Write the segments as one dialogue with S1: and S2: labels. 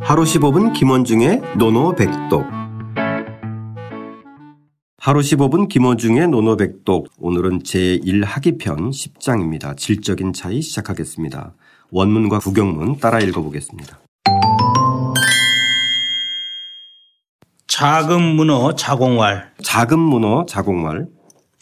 S1: 하루 15분 김원중의 노노백독 하루 15분 김원중의 노노백독 오늘은 제1학기편 10장입니다. 질적인 차이 시작하겠습니다. 원문과 구경문 따라 읽어보겠습니다.
S2: 작은 문어 자공왈
S1: 작은 문어 자공말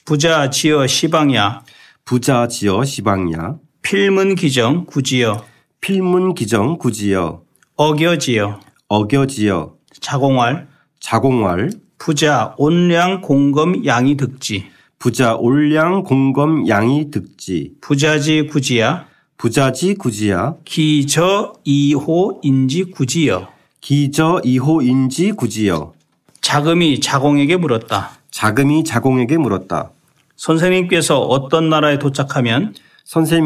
S2: 부자 지어 시방야
S1: 부자 지어 시방야
S2: 필문 기정 구지어
S1: 필문 기정 구지여
S2: 어겨 지어
S1: 어겨 지어
S2: 자공왈
S1: 자공왈
S2: 부자 온량 공검 양이 득지
S1: 부자 올량 공검 양이 득지
S2: 부자지 구지야
S1: 부자지 구지야
S2: 기저 이호 인지 구지여
S1: 기저 이호인지 구지여
S2: 자금이 자공에게 물었다.
S1: 자금이 자공에게 물었다.
S2: 선생님께서 어떤 나라에 도착하면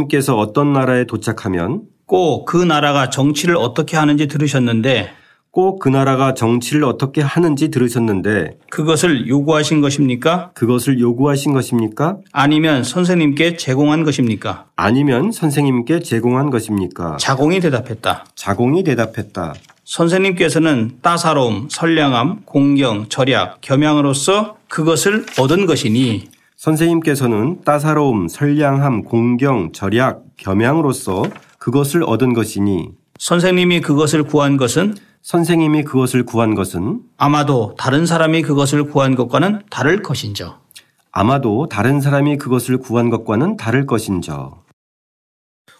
S1: 선생님께서 어떤 나라에 도착하면
S2: 꼭 그 나라가 정치를 어떻게 하는지 들으셨는데
S1: 꼭 그 나라가 정치를 어떻게 하는지 들으셨는데
S2: 그것을 요구하신 것입니까?
S1: 그것을 요구하신 것입니까?
S2: 아니면 선생님께 제공한 것입니까?
S1: 아니면 선생님께 제공한 것입니까?
S2: 자공이 대답했다.
S1: 자공이 대답했다.
S2: 선생님께서는 따사로움, 선량함, 공경, 절약, 겸양으로써 그것을 얻은 것이니
S1: 선생님께서는 따사로움, 선량함, 공경, 절약, 겸양으로써 그것을 얻은 것이니
S2: 선생님이 그것을 구한 것은
S1: 선생님이 그것을 구한 것은
S2: 아마도 다른 사람이 그것을 구한 것과는 다를 것인저.
S1: 아마도 다른 사람이 그것을 구한 것과는 다를 것인저.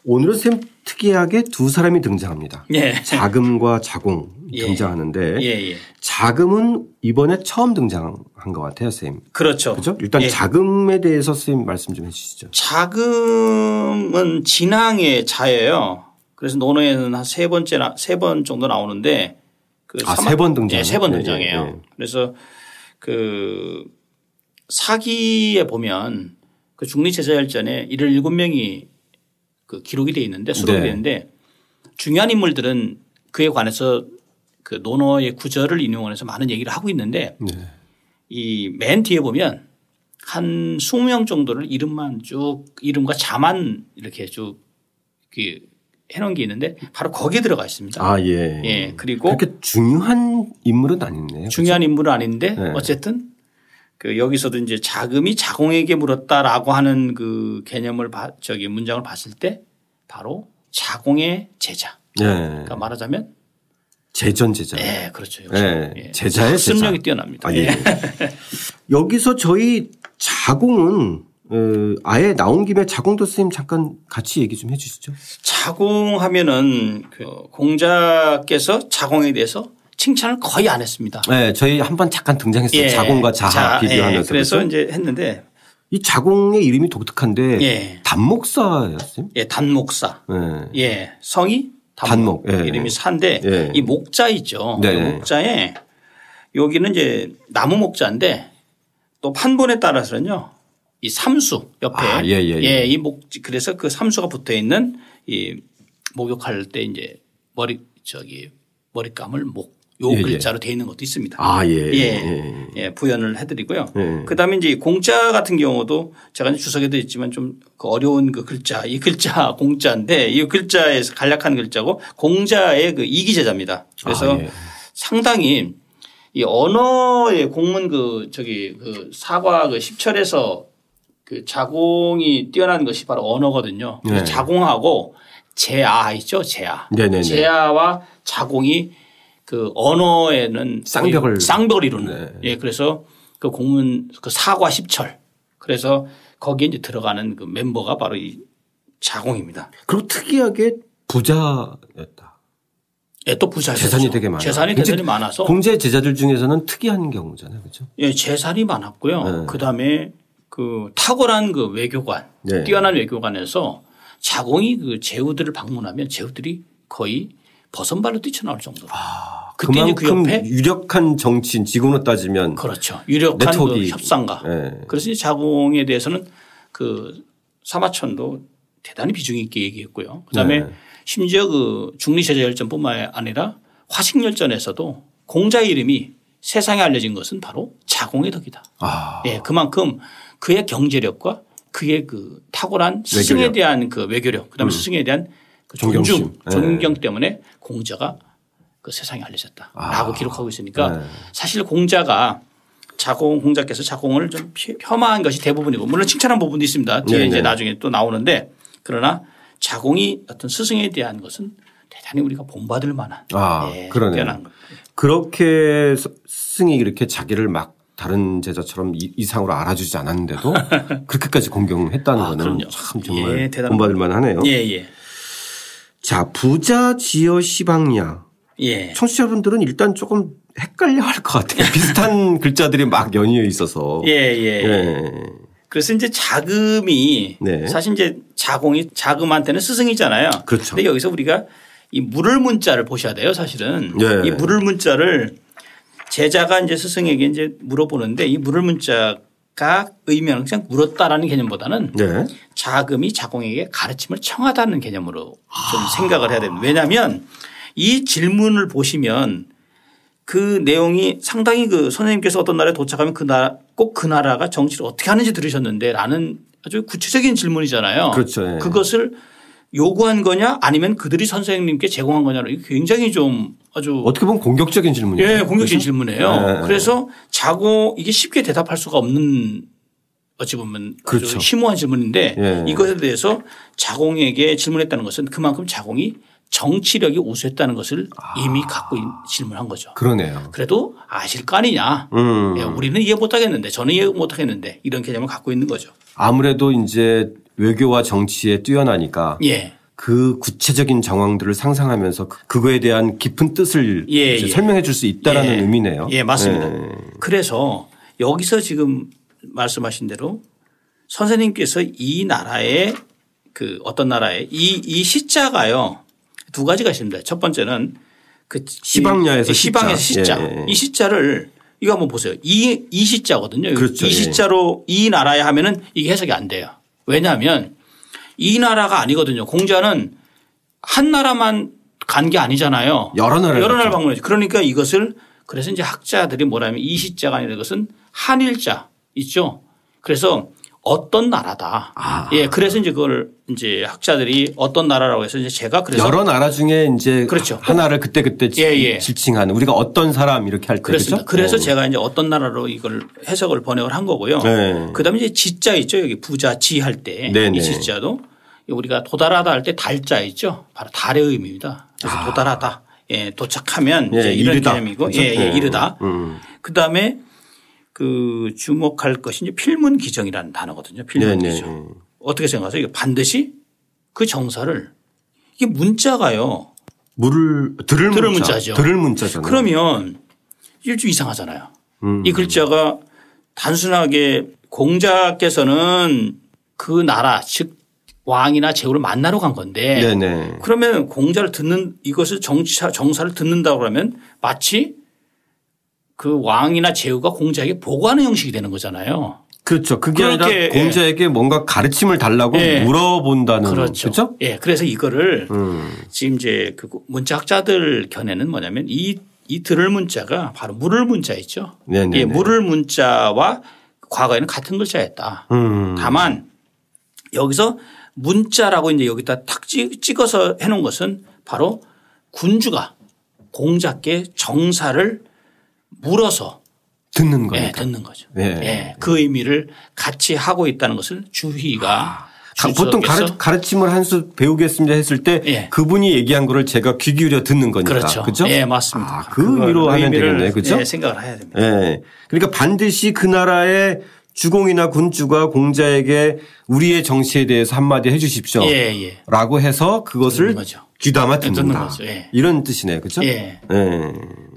S1: 오늘은 쌤 특이하게 두 사람이 등장합니다.
S2: 예.
S1: 자금과 자공
S2: 예.
S1: 등장하는데
S2: 예.
S1: 자금은 이번에 처음 등장한 것 같아요, 쌤.
S2: 그렇죠.
S1: 그죠? 일단
S2: 예.
S1: 자금에 대해서 쌤 말씀 좀 해주시죠.
S2: 자금은 진항의 자예요. 그래서 논어에는 한 세 번째 세 번 정도 나오는데 그
S1: 아,
S2: 사마-
S1: 세번 등장해요?
S2: 예, 세번
S1: 예,
S2: 등장해요.
S1: 예, 예.
S2: 그래서 그 사기에 보면 그 중리 제자혈전에 이런 일곱 명이 그 기록이 돼 있는데 수록이
S1: 네.
S2: 되 있는데 중요한 인물들은 그에 관해서 그 논어의 구절을 인용해서 많은 얘기를 하고 있는데
S1: 네.
S2: 이 맨 뒤에 보면 한 20명 정도를 이름만 쭉 이름과 자만 이렇게 쭉 이렇게 해놓은 게 있는데 바로 거기에 들어가 있습니다.
S1: 아, 예.
S2: 예, 그리고
S1: 그렇게 중요한 인물은 아니네요.
S2: 중요한 인물은 아닌데
S1: 네.
S2: 어쨌든 그 여기서도 이제 자금이 자공에게 물었다라고 하는 그 개념을 봐- 저기 문장을 봤을 때 바로 자공의 제자.
S1: 예.
S2: 그러니까 말하자면
S1: 재전제자.
S2: 네, 그렇죠. 역시.
S1: 예.
S2: 예.
S1: 제자의 제자.
S2: 습력이 뛰어납니다.
S1: 아, 예. 여기서 저희 자공은 어, 아예 나온 김에 자공도 선생님 잠깐 같이 얘기 좀 해주시죠.
S2: 자공하면은 그 공자께서 자공에 대해서 칭찬을 거의 안 했습니다.
S1: 네, 저희 한 번 잠깐 등장했어요.
S2: 예.
S1: 자공과 자하
S2: 자,
S1: 비교하면서.
S2: 예, 그래서
S1: 그렇죠? 네.
S2: 이제 했는데
S1: 이 자공의 이름이 독특한데
S2: 예.
S1: 단목사였어요.
S2: 예, 단목사.
S1: 네.
S2: 예, 성이
S1: 단목.
S2: 단목.
S1: 예.
S2: 이름이 사인데
S1: 예.
S2: 이 목자 있죠.
S1: 네.
S2: 이 목자에 여기는 이제 나무 목자인데 또 판본에 따라서는요. 이 삼수 옆에
S1: 아, 예, 예, 예.
S2: 이 목 그래서 그 삼수가 붙어 있는 이 목욕할 때 이제 머리 저기 머리감을 목 요
S1: 예, 예.
S2: 글자로 되어 있는 것도 있습니다.
S1: 아, 예.
S2: 예.
S1: 예.
S2: 예, 부연을 해드리고요.
S1: 예.
S2: 그다음에 이제 공자 같은 경우도 제가 이제 주석에도 있지만 좀그 어려운 그 글자 이 글자 공자인데 이 글자에서 간략한 글자고 공자의 그 이기제자입니다. 그래서
S1: 아, 예.
S2: 상당히 이 언어의 공문 그 저기 그 사과 그 십철에서 그 자공이 뛰어난 것이 바로 언어거든요. 그래서
S1: 네.
S2: 자공하고 제아 있죠, 제아.
S1: 네네네.
S2: 제아와 자공이 그 언어에는
S1: 쌍벽을. 네.
S2: 이 쌍벽을 이루는. 예, 그래서 그 공문 그 사과 십철. 그래서 거기에 이제 들어가는 그 멤버가 바로 이 자공입니다.
S1: 그리고 특이하게 부자였다.
S2: 예, 또 부자죠.
S1: 재산이 되게 많아요.
S2: 재산이
S1: 굉장히
S2: 대단히 많아서
S1: 공제 제자들 중에서는 특이한 경우잖아요. 그렇죠?
S2: 예, 재산이 많았고요.
S1: 네.
S2: 그다음에 그 탁월한 그 외교관,
S1: 네.
S2: 뛰어난 외교관에서 자공이 그 제후들을 방문하면 제후들이 거의 버선발로 뛰쳐나올 정도로. 그때 이제 그
S1: 아, 그만큼
S2: 옆에
S1: 유력한 정치인 지금으로 따지면
S2: 그렇죠. 유력한 그
S1: 네트워크이-
S2: 협상가.
S1: 예.
S2: 그래서 이제 자공에 대해서는 그 사마천도 대단히 비중 있게 얘기했고요. 그다음에
S1: 네.
S2: 심지어 그 중리제자 열전뿐만 아니라 화식 열전에서도 공자 의 이름이 세상에 알려진 것은 바로 자공의 덕이다.
S1: 아,
S2: 예, 그만큼 그의 경제력과 그의 그 탁월한 스승에
S1: 외교력. 음.
S2: 대한 그 외교력, 그다음에 스승에 대한 그
S1: 존경심. 예.
S2: 존중, 존경 때문에 공자가 그 세상에
S1: 아.
S2: 알려졌다라고 기록하고 있으니까
S1: 네.
S2: 사실 공자가 자공 공자께서 자공을 좀 피- 폄하한 것이 대부분이고 물론 칭찬한 부분도 있습니다. 뒤에
S1: 네네.
S2: 이제 나중에 또 나오는데 그러나 자공이 어떤 스승에 대한 것은 대단히 우리가 본받을 만한
S1: 아,
S2: 예,
S1: 그러네요.
S2: 뛰어난 것.
S1: 그렇게 스- 스승이 이렇게 자기를 막 다른 제자처럼 이- 이상으로 알아주지 않았는데도 그렇게까지 공경했다는
S2: 아,
S1: 거는
S2: 그럼요.
S1: 참 정말
S2: 예, 대단한
S1: 본받을 만하네요.
S2: 예, 예.
S1: 자, 부자 지어 시방야.
S2: 예.
S1: 청취자분들은 일단 조금 헷갈려 할 것 같아요. 비슷한 글자들이 막 연이어 있어서.
S2: 예, 예.
S1: 예.
S2: 그래서 이제 자금이
S1: 네.
S2: 사실 이제 자공이 자금한테는 스승이잖아요.
S1: 그렇죠.
S2: 근데 여기서 우리가 이 물을 문자를 보셔야 돼요, 사실은.
S1: 예.
S2: 이 물을 문자를 제자가 이제 스승에게 이제 물어보는데 이 물을 문자가 의미하는 그냥 물었다라는 개념보다는
S1: 네.
S2: 자금이 자공에게 가르침을 청하다는 개념으로 좀
S1: 아.
S2: 생각을 해야 됩니다. 왜냐하면 이 질문을 보시면 그 내용이 상당히 그 선생님께서 어떤 나라에 도착하면 그 나라 꼭 그 나라가 정치를 어떻게 하는지 들으셨는데 라는 아주 구체적인 질문이잖아요.
S1: 그렇죠. 예.
S2: 것을 요구한 거냐 아니면 그들이 선생님께 제공한 거냐로 이게 굉장히 좀 아주
S1: 어떻게 보면 공격적인 질문이에요.
S2: 예, 공격적인 질문이에요.
S1: 네.
S2: 그래서 자고 이게 쉽게 대답할 수가 없는 어찌 보면 아주
S1: 그렇죠.
S2: 심오한 질문인데
S1: 예.
S2: 이것에 대해서 자공에게 질문했다는 것은 그만큼 자공이 정치력이 우수했다는 것을 이미
S1: 아.
S2: 갖고 있- 질문한 거죠.
S1: 그러네요.
S2: 그래도 아실 거 아니냐.
S1: 음.
S2: 예, 우리는 이해 못 하겠는데 저는 이해 못 하겠는데 이런 개념을 갖고 있는 거죠.
S1: 아무래도 이제 외교와 정치에 뛰어나니까
S2: 예.
S1: 그 구체적인 정황들을 상상하면서 그- 그거에 대한 깊은 뜻을
S2: 예,
S1: 이제
S2: 예.
S1: 설명해 줄 수 있다라는
S2: 예.
S1: 의미네요.
S2: 예, 맞습니다.
S1: 예.
S2: 그래서 여기서 지금 말씀하신 대로 선생님께서 이 나라의 그 어떤 나라의 이, 이 시자가요 두 가지가 있습니다. 첫 번째는 그
S1: 시방야에서
S2: 이- 시방에서
S1: 시자.
S2: 시자.
S1: 예, 예.
S2: 이 시자를 이거 한번 보세요. 이, 이 시자거든요.
S1: 그렇죠.
S2: 이
S1: 예.
S2: 시자로 이 나라에 하면은 이게 해석이 안 돼요. 왜냐하면 이 나라가 아니거든요. 공자는 한 나라만 간 게 아니잖아요.
S1: 여러 나라를
S2: 여러 나라
S1: 갔죠.
S2: 방문했죠. 그러니까 이것을 그래서 이제 학자들이 뭐라면 이 시자가 아니라 이것은 한일자 있죠. 그래서 어떤 나라다. 예, 그래서 이제 그걸 이제 학자들이 어떤 나라라고 해서 이제 제가 그래서
S1: 여러 나라 중에 이제
S2: 그렇죠.
S1: 하나를 그때그때 지-
S2: 예, 예.
S1: 지칭하는 우리가 어떤 사람 이렇게 할
S2: 그렇습니다.
S1: 때죠.
S2: 그래서 제가 이제 어떤 나라로 이걸 해석을 번역을 한 거고요.
S1: 네.
S2: 그다음에 이제 지자 있죠. 여기 부자 지할 때
S1: 네네.
S2: 이 지자도 우리가 도달하다 할 때 달자 있죠. 바로 달의 의미입니다. 그래서 도달하다. 예, 도착하면
S1: 아. 예,
S2: 이제 이런
S1: 이르다.
S2: 개념이고
S1: 그렇죠?
S2: 예, 예,
S1: 네.
S2: 이르다.
S1: 음.
S2: 그다음에 그 주목할 것이 이제 필문 기정이라는 단어거든요. 필문
S1: 네네.
S2: 기정. 어떻게 생각하세요? 이게 반드시 그 정사를 이게 문자가요.
S1: 물을 들을,
S2: 들을
S1: 문자.
S2: 문자죠.
S1: 들을 문자잖아요.
S2: 음. 그러면 이게 좀 이상하잖아요. 이 글자가 단순하게 공자께서는 그 나라 즉 왕이나 제후를 만나러 간 건데
S1: 네네.
S2: 그러면 공자를 듣는 이것을 정사, 정사를 듣는다고 그러면 마치 그 왕이나 제후가 공자에게 보고하는 형식이 되는 거잖아요.
S1: 그렇죠. 그게 아니라
S2: 그렇게, 예.
S1: 공자에게 뭔가 가르침을 달라고
S2: 예.
S1: 물어본다는
S2: 그렇죠.
S1: 그렇죠? 음,
S2: 예. 그래서 이거를 지금 이제 그 문자학자들 견해는 뭐냐면 이, 이 들을 문자가 바로 물을 문자 있죠.
S1: 네네네.
S2: 예. 물을 문자와 과거에는 같은 글자였다.
S1: 음.
S2: 다만 여기서 문자라고 이제 여기다 탁 찍- 찍어서 해놓은 것은 바로 군주가 공작께 정사를 물어서
S1: 듣는
S2: 예,
S1: 거니까.
S2: 듣는 거죠.
S1: 예.
S2: 예, 그 의미를 같이 하고 있다는 것을 주희가
S1: 가- 아, 보통
S2: 주석에서
S1: 가르, 가르침을 한 수 배우겠습니다 했을 때
S2: 예.
S1: 그분이 얘기한 거를 제가 귀 기울여 듣는 거니까.
S2: 그렇죠.
S1: 그죠?
S2: 예, 맞습니다.
S1: 아, 그 의미로 하면
S2: 의미를,
S1: 되겠네요. 그죠?
S2: 예, 생각을 해야 됩니다.
S1: 예. 그러니까 반드시 그 나라의 주공이나 군주가 공자에게 우리의 정치에 대해서 한마디 해 주십시오.
S2: 예, 예.
S1: 라고 해서 그것을
S2: 듣는 거죠.
S1: 귀담아
S2: 듣는
S1: 듣는다.
S2: 거죠. 예.
S1: 이런 뜻이네요. 그죠?
S2: 예.
S1: 예.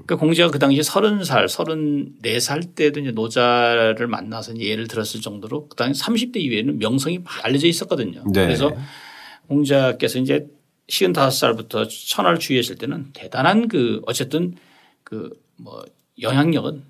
S2: 그 공자가 그 당시 30살, 34살 때도 이제 노자를 만나서 이제 예를 들었을 정도로 그 당시 30대 이외에는 명성이 알려져 있었거든요.
S1: 네.
S2: 그래서 공자께서 이제 55살부터 천하를 주의했을 때는 대단한 그 어쨌든 그 뭐 영향력은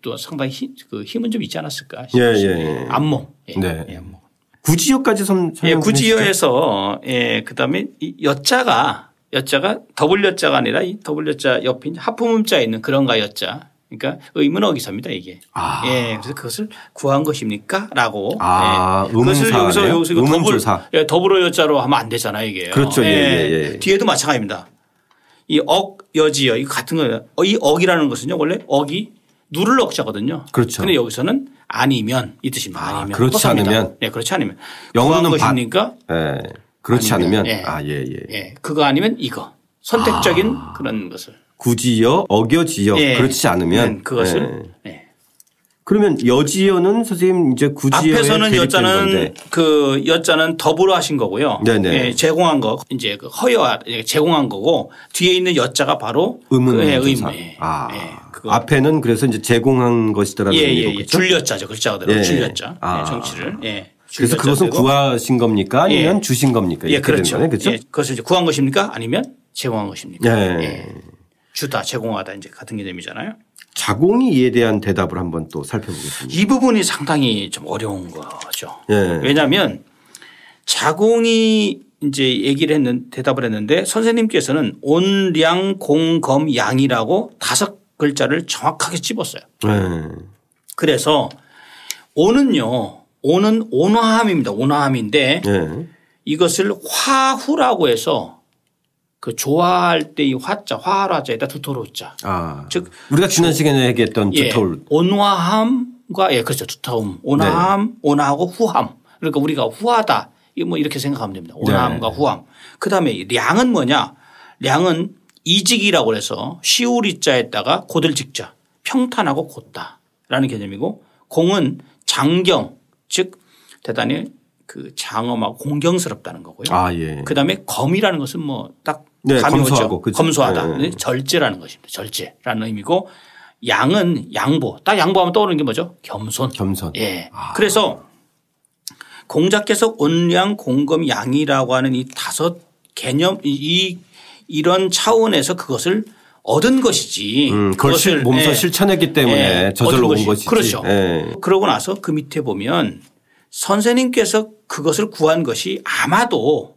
S2: 또 상당히 힘, 그 힘은 좀 있지 않았을까 싶습니다.
S1: 예, 예.
S2: 안목. 예.
S1: 네.
S2: 예, 안목.
S1: 구지역까지 선 설명
S2: 예,
S1: 좀 해주세요.
S2: 구지어에서 예, 그다음에 이 여자가 여자가 더블 여자가 아니라 이 더블 여자 옆인 하품음자 있는 그런가 여자. 그러니까 의문 어기사입니다 이게.
S1: 아.
S2: 예, 그래서 그것을 구한 것입니까?라고.
S1: 아,
S2: 예. 그것을
S1: 의문사네요.
S2: 여기서 여기서 이거 더블
S1: 의문조사.
S2: 예, 더불어 여자로 하면 안 되잖아요 이게.
S1: 그렇죠. 예, 예, 예.
S2: 뒤에도 마찬가지입니다. 이 억, 여지여 이 같은 거예요. 어, 이 억이라는 것은요 원래 억이 누를 억자거든요.
S1: 그렇죠.
S2: 근데 여기서는 아니면 이 뜻입니다.
S1: 아,
S2: 아니면.
S1: 그렇지
S2: 허사입니다.
S1: 않으면.
S2: 네, 그렇지 않으면.
S1: 영어로는
S2: 그거 한
S1: 반.
S2: 것입니까?
S1: 예. 그렇지
S2: 아니면,
S1: 않으면
S2: 예.
S1: 아 예 예.
S2: 예, 그거 아니면 이거. 선택적인 그런 것을.
S1: 굳이여 어겨지여
S2: 예.
S1: 그렇지 않으면
S2: 네, 그것을.
S1: 예.
S2: 예.
S1: 그러면 여지여는 선생님 이제 굳이여에
S2: 앞에서는
S1: 대립된
S2: 여자는
S1: 건데.
S2: 그 여자는 더불어 하신 거고요.
S1: 네네.
S2: 예, 제공한 거 이제 그 허여 제공한 거고 뒤에 있는 여자가 바로
S1: 의문
S2: 그, 예,
S1: 동사.
S2: 의문. 예.
S1: 아
S2: 예, 그거.
S1: 앞에는 그래서 이제 제공한 것이다라는
S2: 예,
S1: 의미로
S2: 예, 예.
S1: 그렇죠.
S2: 줄여자죠. 글자 그대로
S1: 예.
S2: 줄여자.
S1: 아.
S2: 예, 정치를. 예.
S1: 그래서
S2: 줄여자
S1: 그것은
S2: 되고.
S1: 구하신 겁니까 아니면
S2: 예.
S1: 주신 겁니까
S2: 예,
S1: 이렇게
S2: 그렇죠.
S1: 되는 거네 그렇죠.
S2: 예, 그것을 이제 구한 것입니까? 아니면 제공한 것입니까?
S1: 예.
S2: 주다 제공하다 이제 같은 개념이잖아요.
S1: 자공이 이에 대한 대답을 한번 또 살펴보겠습니다.
S2: 이 부분이 상당히 좀 어려운 거죠.
S1: 예.
S2: 왜냐하면 자공이 이제 얘기를 했는 대답을 했는데 선생님께서는 온량 공검 양이라고 다섯 글자를 정확하게 집었어요.
S1: 예.
S2: 그래서 오는요 오는 온화함입니다. 온화함인데
S1: 예.
S2: 이것을 화후라고 해서 그 좋아할 때 이 화자 화라자에다 두토로자
S1: 아.
S2: 즉, 어,
S1: 우리가 지난 시간에 얘기했던
S2: 예,
S1: 두터울.
S2: 온화함과 예 그렇죠 두터움
S1: 네.
S2: 온화함 온화하고 후함 그러니까 우리가 후하다 이 뭐 이렇게 생각하면 됩니다
S1: 네.
S2: 온화함과 후함 그다음에 이 량은 뭐냐 량은 이직이라고 해서 시우리자에다가 고들직자 평탄하고 곧다라는 개념이고 공은 장경 즉 대단히 그 장엄하고 공경스럽다는 거고요.
S1: 아 예.
S2: 그다음에 검이라는 것은 뭐딱
S1: 네,
S2: 감이
S1: 검소하고,
S2: 오죠.
S1: 그죠.
S2: 검소하다.
S1: 네.
S2: 절제라는 것입니다. 절제라는 의미고 양은 양보. 딱 양보하면 떠오르는 게 뭐죠? 겸손.
S1: 겸손. 아.
S2: 예. 그래서 공자께서 온량 공검 양이라고 하는 이 다섯 개념 이- 이 이런 차원에서 그것을 얻은 것이지.
S1: 음, 그걸 실- 몸소
S2: 예.
S1: 실천했기 때문에
S2: 예.
S1: 저절로
S2: 얻은
S1: 온 것이지.
S2: 그렇죠.
S1: 예.
S2: 그러고 나서 그 밑에 보면 선생님께서 그것을 구한 것이 아마도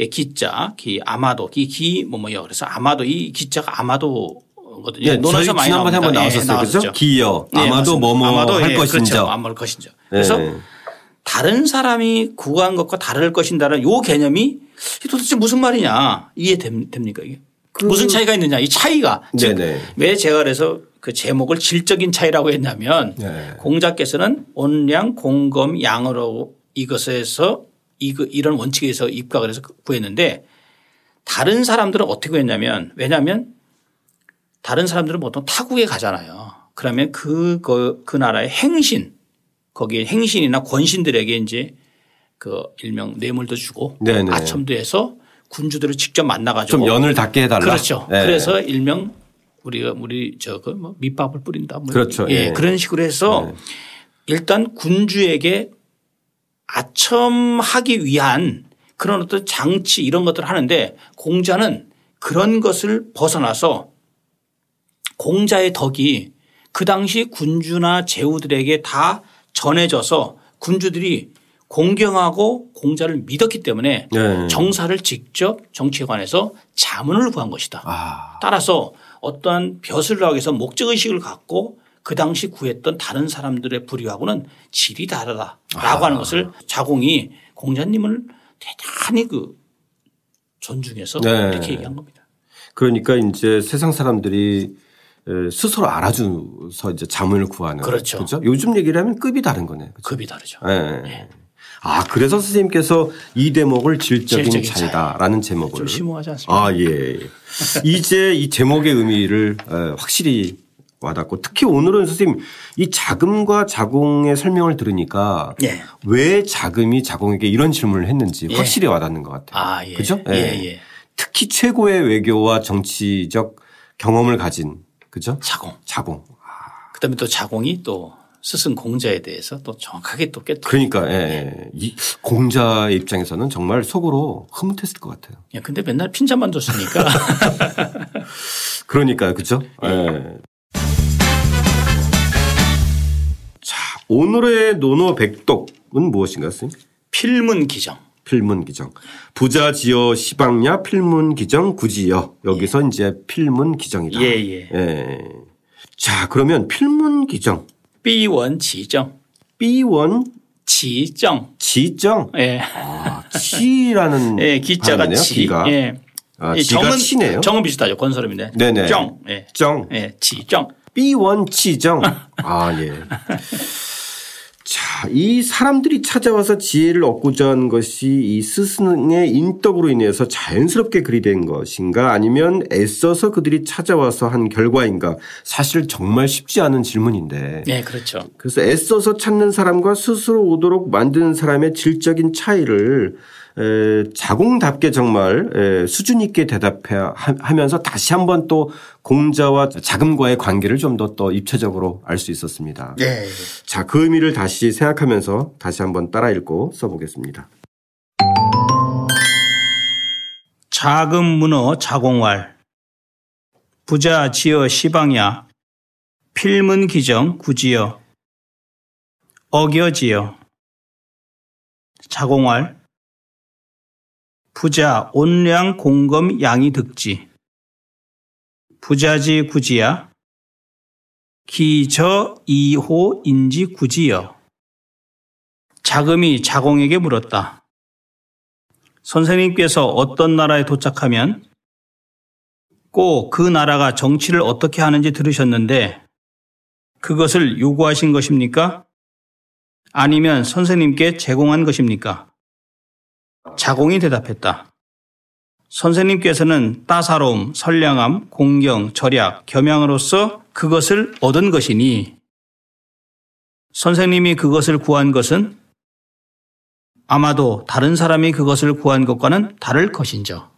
S2: 예, 기자 기 아마도 기기뭐 뭐요. 그래서 아마도 이 기자가 아마도거든요.
S1: 예,
S2: 논에서
S1: 저희
S2: 많이
S1: 지난번에 한번
S2: 나옵니다. 예,
S1: 나왔었어요. 그죠?
S2: 나왔었죠.
S1: 기여.
S2: 예,
S1: 아마도
S2: 맞습니다.
S1: 뭐뭐
S2: 아마도,
S1: 할
S2: 예, 그렇죠.
S1: 것인저.
S2: 아마 할 것인저.
S1: 예.
S2: 그래서 다른 사람이 구한 것과 다를 것인다라는 요 개념이 이게 도대체 무슨 말이냐 이해됩니까 이게 무슨 차이가 있느냐 이 차이가
S1: 그 네네.
S2: 즉왜 제가 그래서 그 제목을 질적인 차이라고 했냐면
S1: 네.
S2: 공자께서는 온량 공검 양으로 이것에서 이거 이런 원칙에서 입각을 해서 구했는데 다른 사람들은 어떻게 했냐면 왜냐하면 다른 사람들은 보통 타국에 가잖아요. 그러면 그, 그, 그 나라의 행신 거기에 행신이나 권신들에게 이제 그 일명 뇌물도 주고
S1: 네네.
S2: 아첨도 해서 군주들을 직접 만나 가지고
S1: 좀 연을 닫게 해달라.
S2: 뭐 그렇죠.
S1: 예.
S2: 그래서 일명 우리가 우리 저그뭐 밑밥을 뿌린다. 뭐
S1: 그렇죠.
S2: 예.
S1: 예. 네.
S2: 그런 식으로 해서 일단 군주에게 아첨하기 위한 그런 어떤 장치 이런 것들을 하는데 공자는 그런 것을 벗어나서 공자의 덕이 그 당시 군주나 제후들에게 다 전해져서 군주들이 공경하고 공자를 믿었기 때문에
S1: 예.
S2: 정사를 직접 정치관에서 자문을 구한 것이다.
S1: 아.
S2: 따라서 어떠한 벼슬을 하기 위해서 목적의식을 갖고 그 당시 구했던 다른 사람들의 부류하고는 질이 다르다라고
S1: 아.
S2: 하는 것을 자공이 공자님을 대단히 그 존중해서
S1: 네.
S2: 이렇게 얘기한 겁니다.
S1: 그러니까 이제 세상 사람들이 에, 스스로 알아줘서 이제 자문을 구하는.
S2: 그렇죠.
S1: 요즘 얘기를 하면 급이 다른 거네. 그죠?
S2: 급이 다르죠.
S1: 예.
S2: 네.
S1: 아, 그래서 선생님께서 이 대목을 질적인,
S2: 질적인
S1: 차이다라는 제목을.
S2: 좀 심오하지 않습니까?
S1: 아, 예. 예. 이제 이 제목의 의미를 어, 확실히 와닿고 특히 오늘은 선생님 이 자금과 자공의 설명을 들으니까
S2: 예.
S1: 왜 자금이 자공에게 이런 질문을 했는지 확실히 와닿는 것 같아요.
S2: 아, 예.
S1: 그죠?
S2: 예, 예.
S1: 특히 최고의 외교와 정치적 경험을 가진 그죠?
S2: 자공.
S1: 자공.
S2: 그다음에 또 자공이 또 스승 공자에 대해서 또 정확하게 또 깨뜨려
S1: 그러니까 예, 예. 이 공자의 입장에서는 정말 속으로 흐뭇했을 것 같아요.
S2: 야, 예, 근데 맨날 핀잔만 줬으니까
S1: 그러니까요. 그죠?
S2: 네.
S1: 예. 자, 오늘의 노노 백독은 무엇인가요, 선생님?
S2: 필문 기정.
S1: 필문 기정. 부자 지어 시방야 필문 기정 구지여. 여기서 이제 필문 기정이다.
S2: 예, 예.
S1: 예. 자, 그러면 필문 기정.
S2: 비원 지정.
S1: B1
S2: 지정.
S1: 지정.
S2: 예.
S1: 아, 치라는
S2: 예, 기자가
S1: 발음이네요,
S2: 지.
S1: 기가.
S2: 예.
S1: 아,
S2: 이
S1: 지가
S2: 정은
S1: 치네요.
S2: 정은 비슷하죠. 건설음인데.
S1: 네네.
S2: 정. 예.
S1: 정.
S2: 예. 지. 정.
S1: B1 치정. 아, 예. 자, 이 사람들이 찾아와서 지혜를 얻고자 한 것이 이 스승의 인덕으로 인해서 자연스럽게 그리 된 것인가 아니면 애써서 그들이 찾아와서 한 결과인가 사실 정말 쉽지 않은 질문인데
S2: 네, 그렇죠.
S1: 그래서 애써서 찾는 사람과 스스로 오도록 만드는 사람의 질적인 차이를 에, 자공답게 정말 에, 수준 있게 대답해 하- 하면서 다시 한번 또 공자와 자금과의 관계를 좀 더 또 입체적으로 알 수 있었습니다.
S2: 네.
S1: 자, 그 의미를 다시 생각하면서 다시 한번 따라 읽고 써보겠습니다.
S2: 자금 문어 자공왈 부자 지어 시방야 필문 기정 구지여 어겨지여 자공왈 부자 온량 공검 양이 득지 부자지 구지야 기저 이호 인지 구지여 자금이 자공에게 물었다. 선생님께서 어떤 나라에 도착하면 꼭 그 나라가 정치를 어떻게 하는지 들으셨는데 그것을 요구하신 것입니까? 아니면 선생님께 제공한 것입니까? 자공이 대답했다. 선생님께서는 따사로움, 선량함, 공경, 절약, 겸양으로써 그것을 얻은 것이니 선생님이 그것을 구한 것은 아마도 다른 사람이 그것을 구한 것과는 다를 것인저.